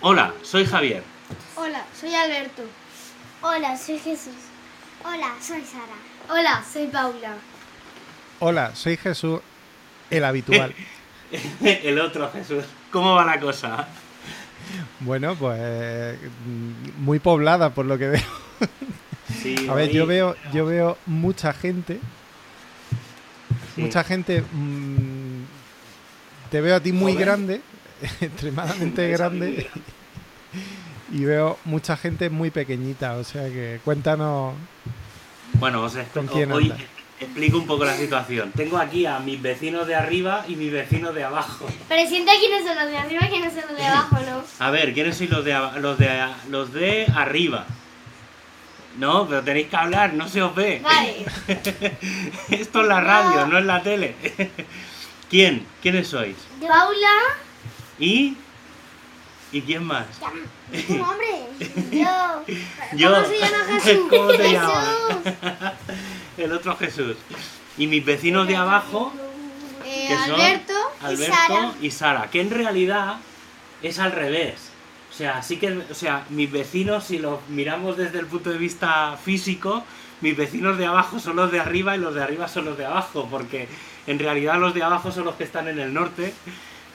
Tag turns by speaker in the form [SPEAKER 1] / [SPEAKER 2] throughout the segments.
[SPEAKER 1] Hola, soy Javier.
[SPEAKER 2] Hola, soy Alberto.
[SPEAKER 3] Hola, soy Jesús. Hola, soy Sara.
[SPEAKER 4] Hola, soy Paula.
[SPEAKER 5] Hola, soy Jesús, el habitual.
[SPEAKER 1] El otro Jesús. ¿Cómo va la cosa?
[SPEAKER 5] bueno, pues muy poblada por lo que veo.
[SPEAKER 1] Sí,
[SPEAKER 5] A ver,
[SPEAKER 1] hoy-
[SPEAKER 5] yo veo, yo veo mucha gente,
[SPEAKER 1] sí.
[SPEAKER 5] mucha gente. mm, te veo a ti muy
[SPEAKER 1] Joven.
[SPEAKER 5] grande, extremadamente
[SPEAKER 1] Esa
[SPEAKER 5] grande,
[SPEAKER 1] vida.
[SPEAKER 5] y veo mucha gente muy pequeñita. O sea que cuéntanos.
[SPEAKER 1] Bueno, os exp-
[SPEAKER 5] ¿Con quién
[SPEAKER 1] hoy
[SPEAKER 5] andas?
[SPEAKER 1] explico un poco la situación. Tengo aquí a mis vecinos de arriba y mis vecinos de abajo.
[SPEAKER 3] Presenta quiénes son los de arriba y quiénes son los de abajo, ¿no?
[SPEAKER 1] A ver, ¿quiénes sois los de, ab- los de, a- los de arriba? No, pero tenéis que hablar, no se os ve.
[SPEAKER 3] Vale.
[SPEAKER 1] Esto es la radio, no, es la tele. ¿Quién? ¿Quiénes sois?
[SPEAKER 3] Paula.
[SPEAKER 1] ¿Y? ¿Y quién más?
[SPEAKER 3] Un hombre. Yo.
[SPEAKER 1] Yo.
[SPEAKER 3] ¿Cómo se llama Jesús?
[SPEAKER 1] ¿Cómo te llamas?
[SPEAKER 3] Jesús.
[SPEAKER 1] El otro Jesús. Y mis vecinos de abajo,
[SPEAKER 2] Eh,
[SPEAKER 1] que son
[SPEAKER 2] Alberto.
[SPEAKER 1] Alberto
[SPEAKER 3] Sara.
[SPEAKER 1] y Sara, que en realidad es al revés. O sea, sí que, o sea, mis vecinos, si los miramos desde el punto de vista físico, mis vecinos de abajo son los de arriba y los de arriba son los de abajo, porque en realidad los de abajo son los que están en el norte,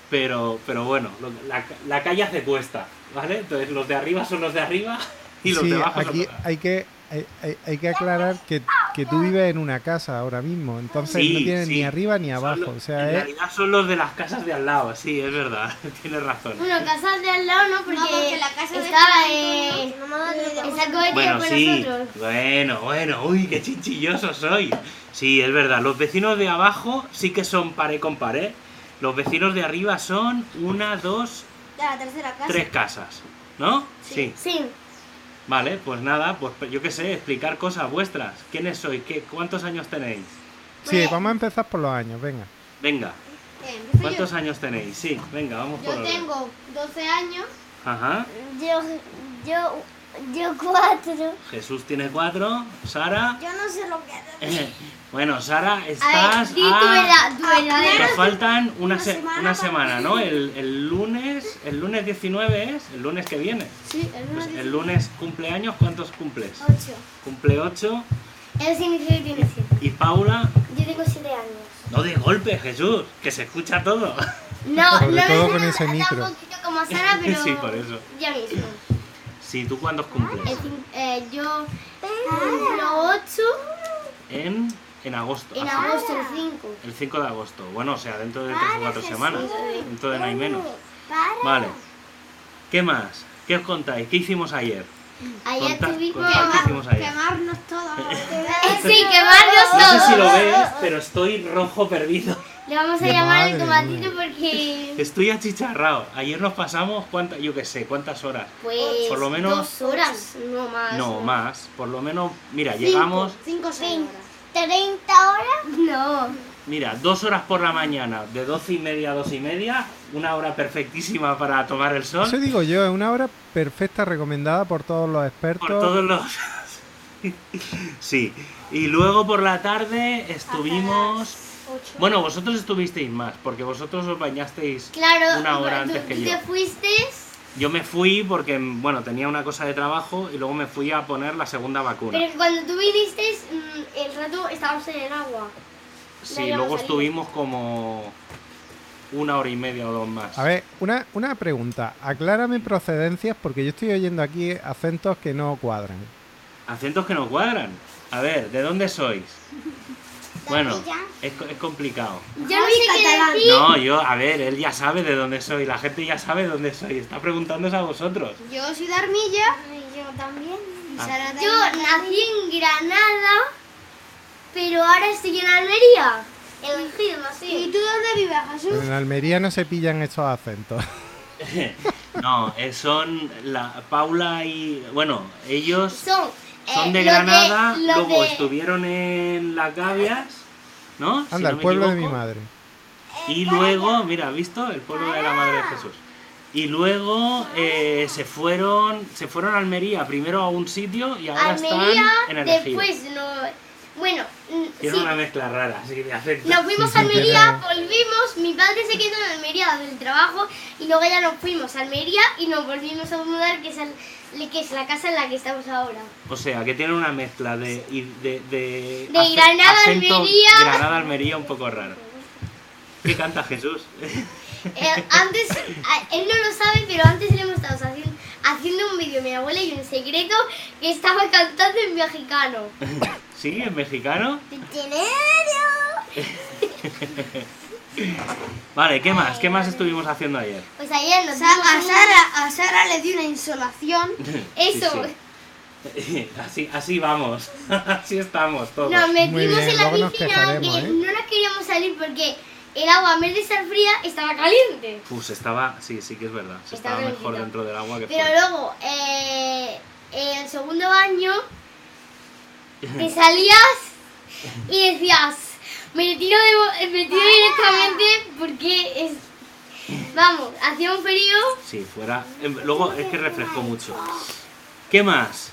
[SPEAKER 1] pero, pero bueno, lo- la, la calle hace cuesta, ¿vale? Entonces los de arriba son los de arriba y los
[SPEAKER 5] sí,
[SPEAKER 1] de abajo son
[SPEAKER 5] aquí
[SPEAKER 1] los de
[SPEAKER 5] hay que, hay, hay- hay que aclarar que, que tú vives en una casa ahora mismo, entonces
[SPEAKER 1] Sí,
[SPEAKER 5] no tienes
[SPEAKER 1] sí.
[SPEAKER 5] ni arriba ni
[SPEAKER 1] Son
[SPEAKER 5] abajo.
[SPEAKER 1] los-
[SPEAKER 5] O
[SPEAKER 1] en
[SPEAKER 5] sea, ¿eh? es,
[SPEAKER 1] realidad son los de las casas de al lado, sí, es verdad, tienes razón.
[SPEAKER 3] Bueno, casa de al lado no, porque,
[SPEAKER 2] No, porque la casa de Juan
[SPEAKER 3] está,
[SPEAKER 2] Antonio,
[SPEAKER 3] eh,
[SPEAKER 2] que no me ha dado
[SPEAKER 3] está cohete
[SPEAKER 1] Bueno,
[SPEAKER 3] con
[SPEAKER 1] sí,
[SPEAKER 3] nosotros.
[SPEAKER 1] bueno, bueno, uy, qué chinchilloso soy. Sí, es verdad, los vecinos de abajo sí que son pared con pared. Los vecinos de arriba son una, dos,
[SPEAKER 2] De la tercera casa.
[SPEAKER 1] tres casas, ¿no? Sí.
[SPEAKER 3] Sí.
[SPEAKER 1] Vale, pues nada, pues yo qué sé, explicar cosas vuestras. ¿Quiénes sois? ¿Qué, ¿Cuántos años tenéis?
[SPEAKER 5] sí, vamos a empezar por los años, venga.
[SPEAKER 1] Venga,
[SPEAKER 2] Eh, empiezo yo.
[SPEAKER 1] ¿cuántos años tenéis? Sí, venga, vamos por
[SPEAKER 2] Yo
[SPEAKER 1] orden.
[SPEAKER 2] tengo 12 años.
[SPEAKER 1] Ajá,
[SPEAKER 3] Yo, yo, yo cuatro.
[SPEAKER 1] Jesús tiene cuatro, Sara...
[SPEAKER 2] Yo no sé lo que hago.
[SPEAKER 1] Bueno, Sara,
[SPEAKER 3] A
[SPEAKER 1] estás
[SPEAKER 3] ver, di tu edad,
[SPEAKER 2] Ah,
[SPEAKER 3] tu edad.
[SPEAKER 1] Te
[SPEAKER 3] eh.
[SPEAKER 1] faltan una,
[SPEAKER 2] Una
[SPEAKER 1] se-
[SPEAKER 2] semana
[SPEAKER 1] una
[SPEAKER 2] para-
[SPEAKER 1] semana, ¿no? El, el lunes, el lunes 19 es, el lunes que viene.
[SPEAKER 2] Sí, el
[SPEAKER 1] Pues
[SPEAKER 2] lunes
[SPEAKER 1] el lunes cumpleaños, ¿cuántos cumples?
[SPEAKER 3] 8.
[SPEAKER 1] Cumple 8
[SPEAKER 3] Eso significa que tiene 7.
[SPEAKER 1] y Paula,
[SPEAKER 3] Yo tengo 7 años.
[SPEAKER 1] no de golpe, Jesús, que se escucha todo.
[SPEAKER 3] No,
[SPEAKER 5] Sobre
[SPEAKER 3] no
[SPEAKER 5] todo
[SPEAKER 3] me
[SPEAKER 5] con
[SPEAKER 3] suena
[SPEAKER 5] ese
[SPEAKER 3] tan
[SPEAKER 5] micro.
[SPEAKER 3] poquito como Sara, pero
[SPEAKER 1] Sí, por eso.
[SPEAKER 3] ya mismo.
[SPEAKER 1] Sí, ¿tú cuántos
[SPEAKER 3] Es
[SPEAKER 1] cumples?
[SPEAKER 3] decir, eh, yo cumplo 8
[SPEAKER 1] En, en agosto.
[SPEAKER 3] en
[SPEAKER 2] Ah.
[SPEAKER 1] así.
[SPEAKER 3] agosto el 5.
[SPEAKER 1] El 5 de agosto. Bueno, o sea, dentro de 3 o 4 semanas. Dentro de no hay menos. Vale. ¿Qué más? ¿Qué os contáis? ¿Qué hicimos ayer?
[SPEAKER 3] Ayer
[SPEAKER 1] Contad-
[SPEAKER 3] tuvimos...
[SPEAKER 1] contad qué hicimos ayer.
[SPEAKER 2] Quemarnos todos.
[SPEAKER 3] Sí, quemarnos
[SPEAKER 1] No sé si lo
[SPEAKER 3] todos.
[SPEAKER 1] ves, pero estoy rojo perdido.
[SPEAKER 3] Le vamos a
[SPEAKER 5] De
[SPEAKER 3] llamar el
[SPEAKER 5] madre mía.
[SPEAKER 3] tomatito porque...
[SPEAKER 1] Estoy achicharrado. Ayer nos pasamos, cuántas, yo qué sé, cuántas horas.
[SPEAKER 3] Pues
[SPEAKER 1] Por lo menos-
[SPEAKER 3] dos horas, no
[SPEAKER 2] Ah,
[SPEAKER 3] más.
[SPEAKER 1] No, más. Por lo menos, mira, llegamos,
[SPEAKER 2] 5 o 6 horas.
[SPEAKER 3] 30 horas. No.
[SPEAKER 1] mira, dos horas por la mañana, de doce y media a dos y media, una hora perfectísima para tomar el sol.
[SPEAKER 5] Eso digo yo, es una hora perfecta recomendada por todos los expertos.
[SPEAKER 1] Por todos los... sí. Y luego por la tarde estuvimos... Bueno, vosotros estuvisteis más, porque vosotros os bañasteis...
[SPEAKER 3] Claro,
[SPEAKER 1] Una hora
[SPEAKER 3] tú-
[SPEAKER 1] antes que
[SPEAKER 3] tú
[SPEAKER 1] yo.
[SPEAKER 3] te fuiste
[SPEAKER 1] Yo me fui porque, bueno, tenía una cosa de trabajo y luego me fui a poner la segunda vacuna.
[SPEAKER 3] Pero cuando tú viniste, mm, el rato estábamos en el agua.
[SPEAKER 1] Sí,
[SPEAKER 3] habíamos
[SPEAKER 1] luego
[SPEAKER 3] salido.
[SPEAKER 1] estuvimos como una hora y media o dos más.
[SPEAKER 5] A ver, una, una pregunta. Aclárame procedencias porque yo estoy oyendo aquí acentos que no cuadran.
[SPEAKER 1] Acentos que no cuadran. A ver, ¿de dónde sois? Bueno,
[SPEAKER 3] Sevilla.
[SPEAKER 1] es, co- es complicado.
[SPEAKER 3] Yo no sé qué decir.
[SPEAKER 1] No, yo, a ver, él ya sabe de dónde soy, la gente ya sabe de dónde soy, está preguntándose a vosotros.
[SPEAKER 2] Yo soy de Armilla.
[SPEAKER 3] Yo también.
[SPEAKER 2] Y
[SPEAKER 1] Ah.
[SPEAKER 2] Sara de
[SPEAKER 3] Yo nací en Granada, pero ahora estoy en Almería. Elegido,
[SPEAKER 2] ¿Y
[SPEAKER 3] sí.
[SPEAKER 2] tú dónde vives, Jesús?
[SPEAKER 5] Pero en Almería no se pillan estos acentos.
[SPEAKER 1] No, eh, son la Paula y. Bueno, ellos
[SPEAKER 3] Son, eh,
[SPEAKER 1] son de
[SPEAKER 3] los
[SPEAKER 1] Granada,
[SPEAKER 3] los
[SPEAKER 1] luego
[SPEAKER 3] de-
[SPEAKER 1] estuvieron en las Gavias, ¿no? Si no
[SPEAKER 5] Anda, el
[SPEAKER 1] me
[SPEAKER 5] pueblo de mi
[SPEAKER 1] equivoco.
[SPEAKER 5] madre.
[SPEAKER 1] Y luego, mira, ¿has visto? El pueblo de la Madre de Jesús. Y luego eh, se fueron se fueron a Almería, primero a un sitio y ahora
[SPEAKER 3] Almería,
[SPEAKER 1] están en el
[SPEAKER 3] después no, Bueno, mm,
[SPEAKER 1] Y era
[SPEAKER 3] sí.
[SPEAKER 1] una mezcla rara, así de acento.
[SPEAKER 3] Nos fuimos
[SPEAKER 5] Sí,
[SPEAKER 3] a
[SPEAKER 5] sí,
[SPEAKER 3] Almería,
[SPEAKER 5] tiene-
[SPEAKER 3] volvimos, mi padre se quedó en Almería del trabajo y luego ya nos fuimos a Almería y nos volvimos a mudar, que es, al- que es la casa en la que estamos ahora.
[SPEAKER 1] O sea, que tiene una mezcla de. y de, de,
[SPEAKER 3] De
[SPEAKER 1] ace-
[SPEAKER 3] Granada,
[SPEAKER 1] acento
[SPEAKER 3] Almería.
[SPEAKER 1] Granada, Almería, un poco raro. ¿Qué canta Jesús?
[SPEAKER 3] Eh, antes, a- él no lo sabe, pero antes le hemos estado haciendo, haciendo un vídeo, mi abuela y un secreto, que estaba cantando en mexicano.
[SPEAKER 1] ¿Sí? ¿En mexicano? Vale, ¿qué más? ¿Qué más estuvimos haciendo ayer?
[SPEAKER 3] Pues ayer
[SPEAKER 2] O
[SPEAKER 3] nos
[SPEAKER 2] sea, a
[SPEAKER 3] dimos una-
[SPEAKER 2] Sara, a Sara le di una insolación.
[SPEAKER 3] Eso.
[SPEAKER 1] Sí, sí. Así, así vamos. así estamos todos.
[SPEAKER 3] Nos
[SPEAKER 5] Muy
[SPEAKER 3] metimos
[SPEAKER 5] bien,
[SPEAKER 3] en la
[SPEAKER 5] luego nos
[SPEAKER 3] piscina que
[SPEAKER 5] quejaremos, ¿eh?
[SPEAKER 3] no nos queríamos salir porque el agua, en vez de estar fría, estaba caliente.
[SPEAKER 1] Pues estaba. Sí, sí que es verdad. Se
[SPEAKER 3] Estaba
[SPEAKER 1] estaba mejor
[SPEAKER 3] calentita.
[SPEAKER 1] dentro del agua que
[SPEAKER 3] Pero
[SPEAKER 1] fuera.
[SPEAKER 3] luego, eh, en el segundo baño, te salías y decías, me retiro, de, bo- me retiro directamente porque es... Vamos, hacía un frío.
[SPEAKER 1] Sí, fuera. em, Luego es que refrescó mucho. ¿Qué más?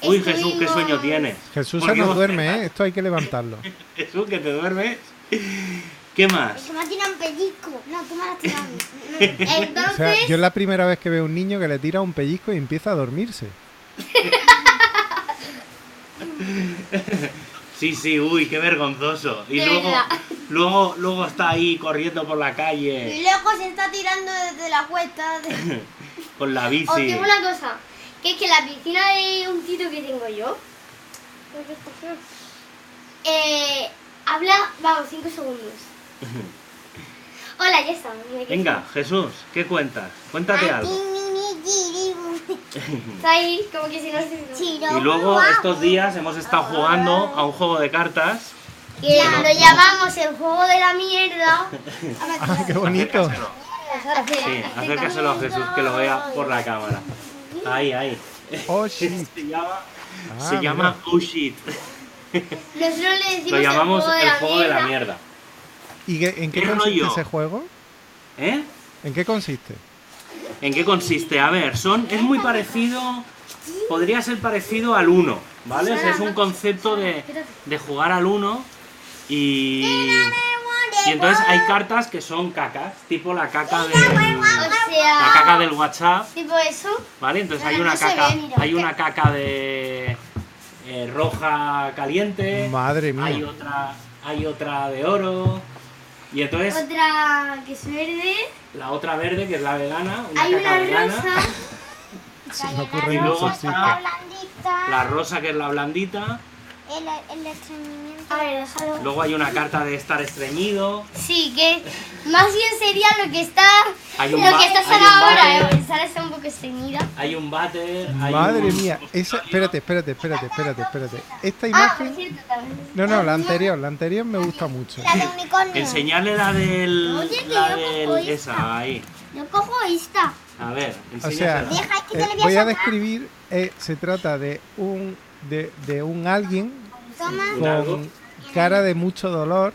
[SPEAKER 1] Uy, Jesús, qué sueño
[SPEAKER 3] Estuvimos-
[SPEAKER 1] tienes.
[SPEAKER 5] Jesús
[SPEAKER 1] Porque
[SPEAKER 5] no
[SPEAKER 1] hemos-
[SPEAKER 5] duerme, ¿eh? Esto hay que levantarlo.
[SPEAKER 1] Jesús, que te duermes. ¿Qué más?
[SPEAKER 2] me ha tirado un pellizco. No, tú me has tirado.
[SPEAKER 5] O sea,
[SPEAKER 3] Entonces,
[SPEAKER 5] yo es la primera vez que veo un niño que le tira un pellizco y empieza a dormirse.
[SPEAKER 1] Sí, sí, uy, qué vergonzoso. Y
[SPEAKER 3] De
[SPEAKER 1] luego,
[SPEAKER 3] verdad.
[SPEAKER 1] luego, luego está ahí corriendo por la calle
[SPEAKER 2] luego se está tirando desde la cuesta. de-
[SPEAKER 1] con la
[SPEAKER 3] os
[SPEAKER 1] bici.
[SPEAKER 3] digo una cosa, que es que la piscina de un tito que tengo yo, eh, habla, vamos, cinco segundos. Hola, ya está. me quedo.
[SPEAKER 1] Venga, Jesús, ¿qué cuentas? Cuéntate algo.
[SPEAKER 3] Está ahí, como que si no se...
[SPEAKER 1] Y luego estos días hemos estado jugando a un juego de cartas.
[SPEAKER 3] Que Eh, lo llamamos el juego de la mierda.
[SPEAKER 5] ¡Ah, qué bonito!
[SPEAKER 1] Acércaselo. Sí,
[SPEAKER 3] Hacer- hacer
[SPEAKER 1] acércaselo a Jesús que lo vea por la cámara. Ahí, ahí.
[SPEAKER 5] ¡Oh, shit!
[SPEAKER 1] Se llama,
[SPEAKER 5] Ah,
[SPEAKER 1] se
[SPEAKER 5] mira.
[SPEAKER 1] llama Oh Shit.
[SPEAKER 3] Nosotros le decimos
[SPEAKER 1] Lo llamamos el juego de la mierda.
[SPEAKER 3] mierda.
[SPEAKER 5] ¿Y qué- en qué
[SPEAKER 1] ¿Qué
[SPEAKER 5] consiste
[SPEAKER 1] rollo?
[SPEAKER 5] ese juego?
[SPEAKER 1] ¿Eh?
[SPEAKER 5] ¿En qué consiste?
[SPEAKER 1] ¿En qué consiste? A ver, son, es muy parecido, podría ser parecido al 1, ¿vale? O sea, es un concepto de, de jugar al 1 y, y entonces hay cartas que son cacas, tipo la caca de, la
[SPEAKER 3] O sea,
[SPEAKER 1] caca del WhatsApp,
[SPEAKER 3] tipo eso.
[SPEAKER 1] ¿vale? Entonces hay
[SPEAKER 3] Ahora
[SPEAKER 1] una
[SPEAKER 3] no se
[SPEAKER 1] caca,
[SPEAKER 3] ve, mira.
[SPEAKER 1] hay una caca de eh, roja caliente,
[SPEAKER 5] Madre
[SPEAKER 1] Eh, hay
[SPEAKER 5] mía.
[SPEAKER 1] otra, hay otra de oro y entonces
[SPEAKER 3] Otra que es verde.
[SPEAKER 1] la otra verde que es la vegana, una
[SPEAKER 3] Hay
[SPEAKER 1] caca
[SPEAKER 3] una
[SPEAKER 1] vegana.
[SPEAKER 3] rosa.
[SPEAKER 5] Se me ocurre
[SPEAKER 1] Y luego
[SPEAKER 5] mucho, sí.
[SPEAKER 1] está la rosa que es la blandita,
[SPEAKER 2] El, el estreñimiento.
[SPEAKER 3] A ver, déjalo.
[SPEAKER 1] luego hay una carta de estar estreñido,
[SPEAKER 3] Sí, que más bien sería lo que está.
[SPEAKER 1] Hay
[SPEAKER 3] lo
[SPEAKER 1] un ba-
[SPEAKER 3] que está
[SPEAKER 1] hay
[SPEAKER 3] Sara
[SPEAKER 1] un
[SPEAKER 3] ahora,
[SPEAKER 1] váter.
[SPEAKER 3] eh. porque Sara está un poco estreñida.
[SPEAKER 1] hay un váter, hay
[SPEAKER 5] Madre
[SPEAKER 1] un-
[SPEAKER 5] mía, esa, espérate, espérate, espérate, espérate, espérate. Esta
[SPEAKER 3] Ah, por
[SPEAKER 5] imagen,
[SPEAKER 3] cierto, también.
[SPEAKER 5] no, no, la anterior, la anterior me gusta mucho.
[SPEAKER 2] La de unicornio.
[SPEAKER 1] Enseñarle la del
[SPEAKER 2] Oye, que
[SPEAKER 1] la
[SPEAKER 2] yo cojo
[SPEAKER 1] del
[SPEAKER 2] esta.
[SPEAKER 1] esa ahí.
[SPEAKER 2] Yo cojo esta.
[SPEAKER 1] A ver,
[SPEAKER 5] O sea,
[SPEAKER 1] enséñasela.
[SPEAKER 2] Deja que yo
[SPEAKER 5] eh,
[SPEAKER 2] le voy a
[SPEAKER 5] voy a
[SPEAKER 2] sacar.
[SPEAKER 5] describir, eh, se trata de un, de, de un alguien
[SPEAKER 2] Toma.
[SPEAKER 1] Un algo.
[SPEAKER 5] con cara de mucho dolor,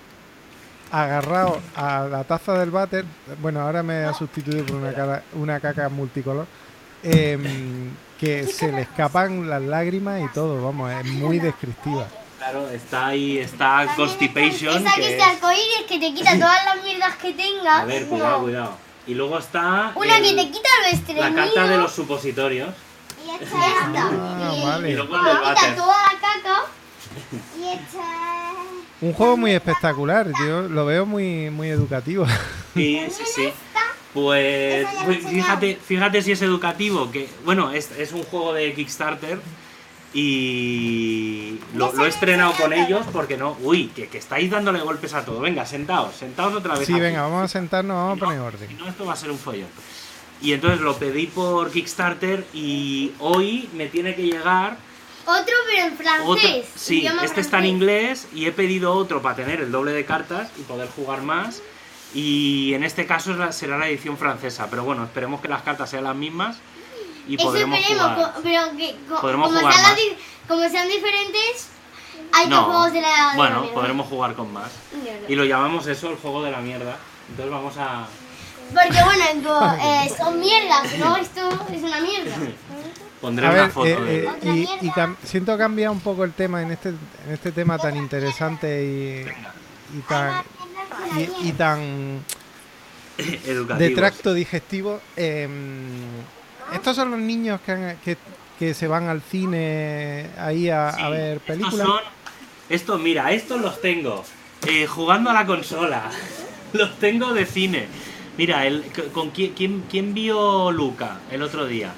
[SPEAKER 5] agarrado a la taza del váter. Bueno, ahora me ha sustituido por una, cara, una caca multicolor. em, que se le escapan las lágrimas y todo, vamos, es muy descriptiva.
[SPEAKER 1] claro, está ahí está constipation
[SPEAKER 3] Esa
[SPEAKER 1] que
[SPEAKER 3] que es
[SPEAKER 1] es-
[SPEAKER 3] de arcoíris que te quita todas las mierdas que tengas.
[SPEAKER 1] A ver, cuidado, cuidado. Y luego está
[SPEAKER 3] Una
[SPEAKER 1] el-
[SPEAKER 3] que te quita lo estreñido.
[SPEAKER 1] la carta de los supositorios
[SPEAKER 2] Y esta.
[SPEAKER 5] Ah,
[SPEAKER 1] y
[SPEAKER 5] vale.
[SPEAKER 1] luego el del
[SPEAKER 3] Quita
[SPEAKER 1] váter.
[SPEAKER 3] toda la caca.
[SPEAKER 2] Y esta.
[SPEAKER 5] Un juego muy espectacular, yo lo veo muy, muy educativo.
[SPEAKER 1] Sí, sí, sí. Pues
[SPEAKER 2] Esa ya la
[SPEAKER 1] pues,
[SPEAKER 2] he enseñado.
[SPEAKER 1] fíjate, fíjate si es educativo, que bueno, es, es un juego de Kickstarter y lo, lo he estrenado con ellos porque no, uy, que, que estáis dándole golpes a todo. Venga, sentaos, sentaos otra vez.
[SPEAKER 5] Sí,
[SPEAKER 1] aquí.
[SPEAKER 5] venga, vamos a sentarnos, vamos a poner
[SPEAKER 1] Si
[SPEAKER 5] orden.
[SPEAKER 1] no, esto va a ser un follón. Y entonces lo pedí por Kickstarter y hoy me tiene que llegar
[SPEAKER 3] Otro, pero en
[SPEAKER 1] otro.
[SPEAKER 3] francés.
[SPEAKER 1] Sí, este
[SPEAKER 3] idioma
[SPEAKER 1] está en
[SPEAKER 3] francés.
[SPEAKER 1] inglés y he pedido otro para tener el doble de cartas y poder jugar más. Y en este caso es la- será la edición francesa, pero bueno, esperemos que las cartas sean las mismas y
[SPEAKER 3] Eso
[SPEAKER 1] podremos
[SPEAKER 3] esperemos,
[SPEAKER 1] jugar.
[SPEAKER 3] co- pero que co-
[SPEAKER 1] Podremos
[SPEAKER 3] como,
[SPEAKER 1] jugar
[SPEAKER 3] sean las
[SPEAKER 1] más.
[SPEAKER 3] di- como sean diferentes, hay dos
[SPEAKER 1] No,
[SPEAKER 3] juegos de la. de la
[SPEAKER 1] bueno,
[SPEAKER 3] mierda.
[SPEAKER 1] podremos jugar con más.
[SPEAKER 3] No, no.
[SPEAKER 1] Y lo llamamos eso el juego de la mierda. Entonces vamos a.
[SPEAKER 3] Porque bueno, en co- eh, son mierdas, ¿no? Esto es una mierda.
[SPEAKER 1] Pondré
[SPEAKER 5] A
[SPEAKER 1] una
[SPEAKER 5] ver,
[SPEAKER 1] foto. de-
[SPEAKER 5] eh, eh,
[SPEAKER 2] Otra
[SPEAKER 5] y,
[SPEAKER 2] mierda.
[SPEAKER 5] y cam- siento cambiar un poco el tema en este, en este tema tan interesante y, y tan y, y tan de eh,
[SPEAKER 1] educativos.
[SPEAKER 5] tracto digestivo. eh, estos son los niños que, han- que, que se van al cine ahí a, a
[SPEAKER 1] Sí,
[SPEAKER 5] ver
[SPEAKER 1] Estos
[SPEAKER 5] películas.
[SPEAKER 1] son. Estos, mira, estos los tengo. eh, jugando a la consola. los tengo de cine. Mira, el, con quién, quién, quién vio Luca el otro día?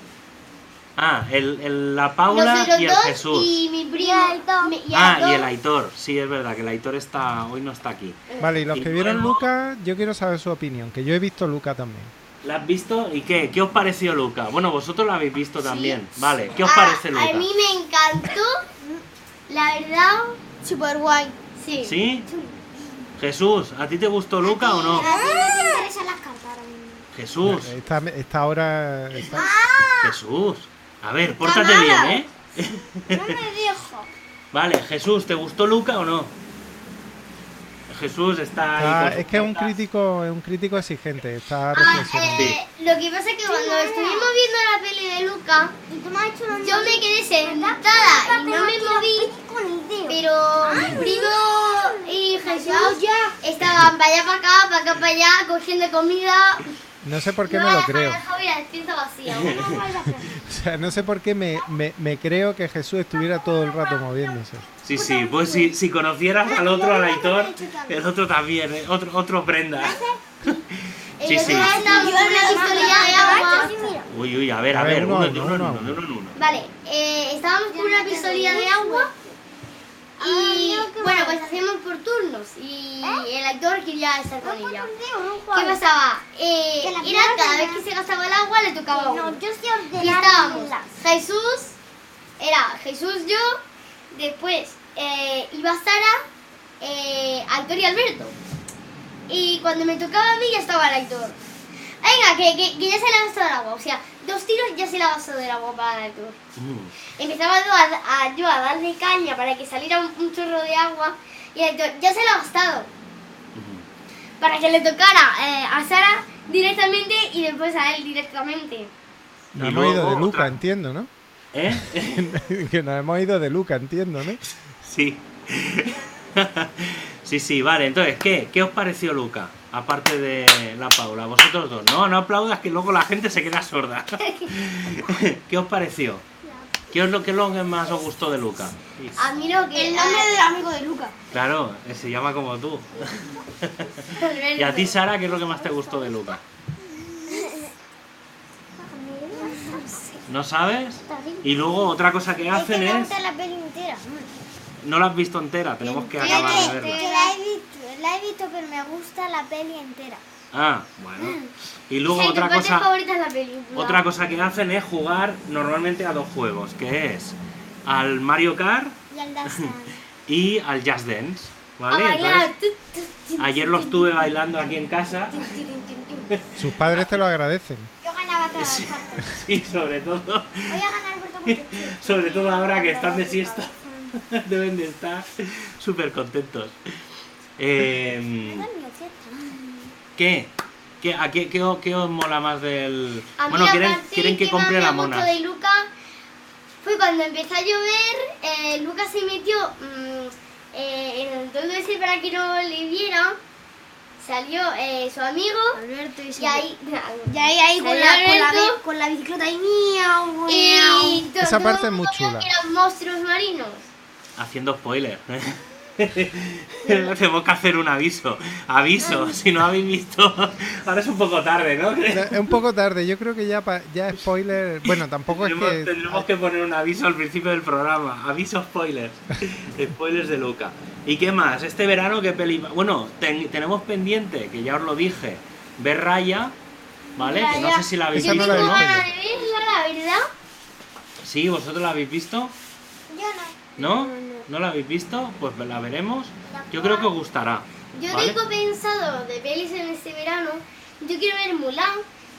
[SPEAKER 1] Ah, el, el- la Paula
[SPEAKER 3] Nosotros
[SPEAKER 1] y el
[SPEAKER 3] dos
[SPEAKER 1] Jesús.
[SPEAKER 3] y mi primo.
[SPEAKER 2] Alto.
[SPEAKER 3] me- y
[SPEAKER 1] ah,
[SPEAKER 3] Alto.
[SPEAKER 1] y el Aitor. Sí, es verdad que el Aitor está hoy no está aquí.
[SPEAKER 5] Vale, y los
[SPEAKER 1] Y
[SPEAKER 5] que vieron
[SPEAKER 1] luego-
[SPEAKER 5] Luca, yo quiero saber su opinión, que yo he visto Luca también.
[SPEAKER 1] ¿La has visto? ¿Y qué? ¿Qué os pareció Luca? Bueno, vosotros la habéis visto también. Vale, ¿qué os
[SPEAKER 3] Ah,
[SPEAKER 1] parece Luca?
[SPEAKER 3] A mí me encantó, la verdad,
[SPEAKER 2] Super guay.
[SPEAKER 3] sí.
[SPEAKER 1] ¿Sí? Jesús, ¿a ti te gustó Luca o no?
[SPEAKER 2] Ah. las cartas ahora mismo.
[SPEAKER 1] Jesús,
[SPEAKER 5] Esta, esta hora está-
[SPEAKER 1] Jesús. A ver, pórtate bien, ¿eh?
[SPEAKER 2] No me dijo.
[SPEAKER 1] Vale, Jesús, ¿te gustó Luca o no? Jesús está ahí.
[SPEAKER 5] está-
[SPEAKER 1] con sus
[SPEAKER 5] Ah, es que es un
[SPEAKER 1] cartas.
[SPEAKER 5] crítico, es un crítico exigente, está
[SPEAKER 3] Ah,
[SPEAKER 5] reflexionando.
[SPEAKER 3] eh, lo que pasa es que cuando
[SPEAKER 2] nada.
[SPEAKER 3] estuvimos viendo la peli de Luca,
[SPEAKER 2] Y tú me has hecho una
[SPEAKER 3] yo me quedé sentada y no me moví,
[SPEAKER 2] con el dedo.
[SPEAKER 3] pero mi primo y Jesús estaban para allá, para acá, para acá, para allá, cogiendo comida.
[SPEAKER 5] No sé por qué
[SPEAKER 3] Yo
[SPEAKER 5] me
[SPEAKER 3] voy a
[SPEAKER 5] lo
[SPEAKER 3] dejar
[SPEAKER 5] creo.
[SPEAKER 3] a Javi la despensa vacía.
[SPEAKER 5] O sea, no sé por qué me, me- me creo que Jesús estuviera todo el rato moviéndose.
[SPEAKER 1] Sí, sí, pues si, si conocieras al otro, al Aitor, el otro también, ¿eh? otro, otro prenda. Sí, sí.
[SPEAKER 3] Entonces estábamos con una pistolilla de agua.
[SPEAKER 1] Uy, uy, a ver, a
[SPEAKER 5] A ver,
[SPEAKER 1] ver,
[SPEAKER 5] uno a
[SPEAKER 1] uno de
[SPEAKER 5] uno,
[SPEAKER 1] uno en
[SPEAKER 5] uno a
[SPEAKER 1] uno, de uno en uno.
[SPEAKER 3] Vale, eh, estábamos con una pistolilla de agua y bueno, pues hacíamos por turnos y el actor quería estar con ella. ¿Qué pasaba? Eh,
[SPEAKER 2] Que la
[SPEAKER 3] era
[SPEAKER 2] mierda,
[SPEAKER 3] cada vez
[SPEAKER 2] ¿no?
[SPEAKER 3] que se gastaba el agua le tocaba a uno.
[SPEAKER 2] No, yo estoy
[SPEAKER 3] Y estábamos Jesús, era Jesús yo, después eh, iba Sara, eh, Aitor y Alberto. Y cuando me tocaba a mí ya estaba el Aitor. Venga, que, que- que ya se le ha gastado el agua. O sea, dos tiros ya se le ha gastado el agua para el Aitor.
[SPEAKER 1] Mm,
[SPEAKER 3] Empezaba yo a, a- yo a darle caña para que saliera un, un chorro de agua y el Aitor ya se lo ha gastado
[SPEAKER 1] mm.
[SPEAKER 3] para que le tocara eh, a Sara directamente y después a él directamente.
[SPEAKER 1] Y
[SPEAKER 5] Nos hemos ido
[SPEAKER 1] luego
[SPEAKER 5] de Luca,
[SPEAKER 1] otra.
[SPEAKER 5] entiendo, ¿no?
[SPEAKER 1] ¿Eh?
[SPEAKER 5] que nos hemos ido de Luca, entiendo, ¿no?
[SPEAKER 1] Sí. sí, sí, vale. Entonces, ¿qué? ¿Qué os pareció Luca? Aparte de la Paula, vosotros dos. No, no aplaudas que luego la gente se queda sorda. ¿Qué os pareció? ¿Qué es lo que es lo que más os gustó de Luca?
[SPEAKER 3] A mí lo que...
[SPEAKER 2] El nombre del amigo de Luca.
[SPEAKER 1] Claro, eh, se llama como tú.
[SPEAKER 3] Alberto.
[SPEAKER 1] ¿Y a ti, Sara, qué es lo que más te gustó de Luca? ¿No sabes? Y luego otra cosa que hacen es...
[SPEAKER 2] la peli entera.
[SPEAKER 1] No la has visto entera, tenemos que acabar de verla.
[SPEAKER 2] la he visto, la he visto, pero me gusta la peli entera.
[SPEAKER 1] Ah, bueno. Y
[SPEAKER 3] O
[SPEAKER 1] luego
[SPEAKER 3] sea,
[SPEAKER 1] otra
[SPEAKER 3] tu parte
[SPEAKER 1] cosa...
[SPEAKER 3] favorita es la película.
[SPEAKER 1] Otra cosa que hacen es jugar normalmente a dos juegos, que es al Mario Kart
[SPEAKER 2] Y al Dastan.
[SPEAKER 1] y al Just Dance,
[SPEAKER 3] A
[SPEAKER 1] ¿vale?
[SPEAKER 3] bailar.
[SPEAKER 1] Entonces,
[SPEAKER 3] Tu, tu, tu, tu,
[SPEAKER 1] ayer los tuve bailando aquí en casa
[SPEAKER 3] tu, tu, tu, tu.
[SPEAKER 5] Sus padres te lo agradecen.
[SPEAKER 2] Yo ganaba todas las cartas.
[SPEAKER 1] y sobre todo,
[SPEAKER 2] Voy a ganar por todo
[SPEAKER 1] sobre todo ahora que están de siesta, deben de estar súper contentos. Eh, ¿Qué? ¿Qué, a qué, qué, o- qué os mola más del...?
[SPEAKER 3] A mí
[SPEAKER 1] Bueno,
[SPEAKER 3] la
[SPEAKER 1] quieren,
[SPEAKER 3] parte
[SPEAKER 1] quieren que
[SPEAKER 3] más
[SPEAKER 1] compre
[SPEAKER 3] me
[SPEAKER 1] la
[SPEAKER 3] gustó
[SPEAKER 1] mona.
[SPEAKER 3] de Luca fue cuando empezó a llover, eh, Luca se metió mm, eh, en el toldo ese para que no le viera. Salió eh, su amigo
[SPEAKER 2] Alberto
[SPEAKER 3] y ahí...
[SPEAKER 2] Y ahí, ahí con, la, con, la,
[SPEAKER 3] Alberto.
[SPEAKER 2] bi- con la bicicleta ahí. Miau, miau.
[SPEAKER 3] Y to-
[SPEAKER 5] Esa
[SPEAKER 3] todo
[SPEAKER 5] parte es
[SPEAKER 3] el
[SPEAKER 5] muy
[SPEAKER 3] mundo vio
[SPEAKER 5] chula.
[SPEAKER 3] que eran monstruos marinos.
[SPEAKER 1] Haciendo spoiler. Tenemos que hacer un aviso. Aviso, si no habéis visto. Ahora es un poco tarde, ¿no?
[SPEAKER 5] No, Es Ah. un poco tarde, yo creo que ya, pa- ya spoiler. Bueno, tampoco es
[SPEAKER 1] Tenemos,
[SPEAKER 5] que.
[SPEAKER 1] tendremos que poner un aviso al principio del programa. Aviso spoilers. spoilers de Luca. ¿Y qué más? Este verano, ¿qué peli? Bueno, ten- tenemos pendiente, que ya os lo dije, ver Raya, ¿vale? Que no
[SPEAKER 3] Raya.
[SPEAKER 1] sé si la habéis
[SPEAKER 5] Esa
[SPEAKER 1] visto,
[SPEAKER 5] no la he
[SPEAKER 1] ¿no?
[SPEAKER 5] visto.
[SPEAKER 3] Ganas ah, de verla, la verdad.
[SPEAKER 1] Sí, vosotros la habéis visto.
[SPEAKER 2] Yo no.
[SPEAKER 1] ¿No? ¿No la habéis visto? Pues la veremos. Yo creo que os gustará.
[SPEAKER 3] Yo
[SPEAKER 1] ¿vale?
[SPEAKER 3] tengo pensado de pelis en este verano. Yo quiero ver Mulan,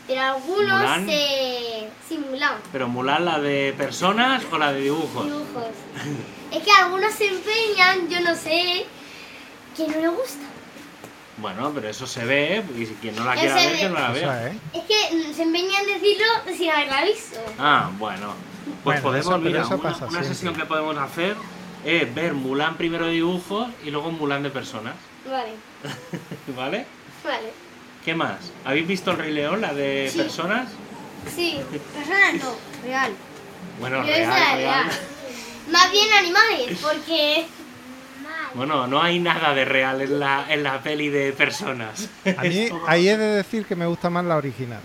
[SPEAKER 3] pero algunos
[SPEAKER 1] Mulan.
[SPEAKER 3] se. Sí, Mulan,
[SPEAKER 1] Pero Mulan, la de personas o la de dibujos.
[SPEAKER 3] dibujos. es que algunos se empeñan, yo no sé, que no le gusta.
[SPEAKER 1] Bueno, pero eso se ve y si quien no la
[SPEAKER 3] Ya
[SPEAKER 1] quiera
[SPEAKER 3] se
[SPEAKER 1] ver,
[SPEAKER 3] ve.
[SPEAKER 1] que no la
[SPEAKER 5] O sea,
[SPEAKER 1] vea.
[SPEAKER 5] ¿eh?
[SPEAKER 3] Es que mm, se empeñan en decirlo sin haberla visto.
[SPEAKER 1] Ah, bueno. Pues
[SPEAKER 5] Bueno,
[SPEAKER 1] podemos,
[SPEAKER 5] eso- pero
[SPEAKER 1] mira,
[SPEAKER 5] eso
[SPEAKER 1] una,
[SPEAKER 5] pasa
[SPEAKER 1] una sesión
[SPEAKER 5] siempre.
[SPEAKER 1] que podemos hacer es ver Mulan primero de dibujos y luego Mulan de personas,
[SPEAKER 3] Vale,
[SPEAKER 1] ¿vale?
[SPEAKER 3] vale.
[SPEAKER 1] ¿Qué más? ¿Habéis visto el Rey León, la de
[SPEAKER 3] Sí.
[SPEAKER 1] personas?
[SPEAKER 3] Sí,
[SPEAKER 2] Personas no, real.
[SPEAKER 1] Bueno,
[SPEAKER 3] Yo
[SPEAKER 1] real,
[SPEAKER 3] esa,
[SPEAKER 1] real.
[SPEAKER 3] real. más bien animales, porque
[SPEAKER 1] Bueno, no hay nada de real en la, en la peli de personas.
[SPEAKER 5] A mí ahí he de decir que me gusta más la original.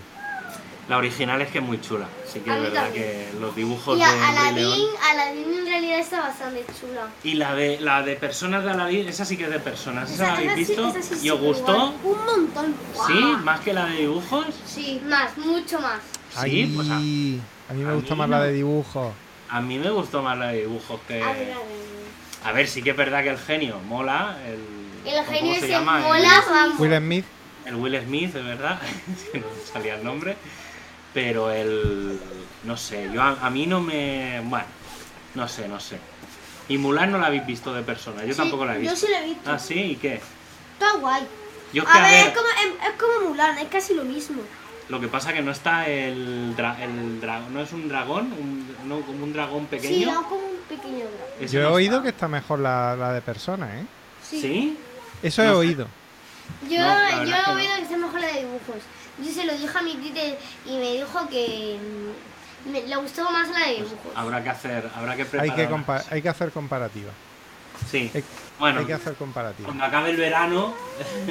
[SPEAKER 1] La original es que es muy chula, sí que
[SPEAKER 3] A
[SPEAKER 1] es
[SPEAKER 3] mí
[SPEAKER 1] verdad
[SPEAKER 3] también.
[SPEAKER 1] que los dibujos
[SPEAKER 3] y
[SPEAKER 1] de
[SPEAKER 3] a-
[SPEAKER 1] Rey
[SPEAKER 3] Aladdin,
[SPEAKER 1] León.
[SPEAKER 3] Aladdin en realidad está bastante chula.
[SPEAKER 1] Y la de la de personas de Aladdin, esa sí que es de personas, esa,
[SPEAKER 2] Esa-
[SPEAKER 1] la habéis
[SPEAKER 2] esa sí-
[SPEAKER 1] visto
[SPEAKER 2] esa sí es
[SPEAKER 1] y os gustó,
[SPEAKER 2] superguay. Un montón.
[SPEAKER 1] sí, más que la de dibujos.
[SPEAKER 2] Sí.
[SPEAKER 3] Más, mucho más.
[SPEAKER 1] Sí, pues a,
[SPEAKER 5] Ay, a mí
[SPEAKER 1] a
[SPEAKER 5] me gusta
[SPEAKER 1] mí
[SPEAKER 5] más
[SPEAKER 1] no.
[SPEAKER 5] la de dibujo.
[SPEAKER 1] a mí me gustó más la de dibujos que.
[SPEAKER 3] A ver, a ver.
[SPEAKER 1] A ver, sí que es verdad que el genio mola. El,
[SPEAKER 3] El
[SPEAKER 1] ¿cómo
[SPEAKER 3] genio
[SPEAKER 1] se
[SPEAKER 3] ese
[SPEAKER 1] llama?
[SPEAKER 3] mola, vamos.
[SPEAKER 5] Will Smith,
[SPEAKER 1] El Will Smith, es verdad, es que no me salía el nombre, pero el... no sé, yo a, a mí no me... bueno, no sé, no sé. Y Mulan no la habéis visto de persona, yo tampoco la he visto.
[SPEAKER 2] Yo sí la he visto.
[SPEAKER 1] Ah, ¿sí? ¿Y qué?
[SPEAKER 2] Está guay.
[SPEAKER 1] Yo es que,
[SPEAKER 2] A ver, es como, es, es como Mulan, es casi lo mismo.
[SPEAKER 1] lo que pasa que no está el... dra- el dra- no es un dragón, Un- no, como un dragón
[SPEAKER 2] Sí,
[SPEAKER 1] pequeño.
[SPEAKER 2] era como un pequeño dragón.
[SPEAKER 1] Ese
[SPEAKER 5] yo he
[SPEAKER 1] no
[SPEAKER 5] oído que
[SPEAKER 1] está.
[SPEAKER 5] está mejor la, la de persona, ¿eh?
[SPEAKER 1] Sí.
[SPEAKER 5] Eso he
[SPEAKER 1] No está.
[SPEAKER 5] oído.
[SPEAKER 3] Yo,
[SPEAKER 1] No, la
[SPEAKER 3] yo
[SPEAKER 1] verdad
[SPEAKER 3] he
[SPEAKER 1] que no.
[SPEAKER 3] oído que está mejor la de dibujos. Yo se lo dije a mi títer y me dijo que mm, me- le gustó más la de
[SPEAKER 1] Pues,
[SPEAKER 3] dibujos.
[SPEAKER 1] Habrá que hacer, habrá que preparar...
[SPEAKER 5] Hay que,
[SPEAKER 1] unas-
[SPEAKER 5] compa- hay que hacer comparativa.
[SPEAKER 1] Sí,
[SPEAKER 5] Hay,
[SPEAKER 1] bueno.
[SPEAKER 5] hay que hacer comparativa.
[SPEAKER 1] Cuando acabe el verano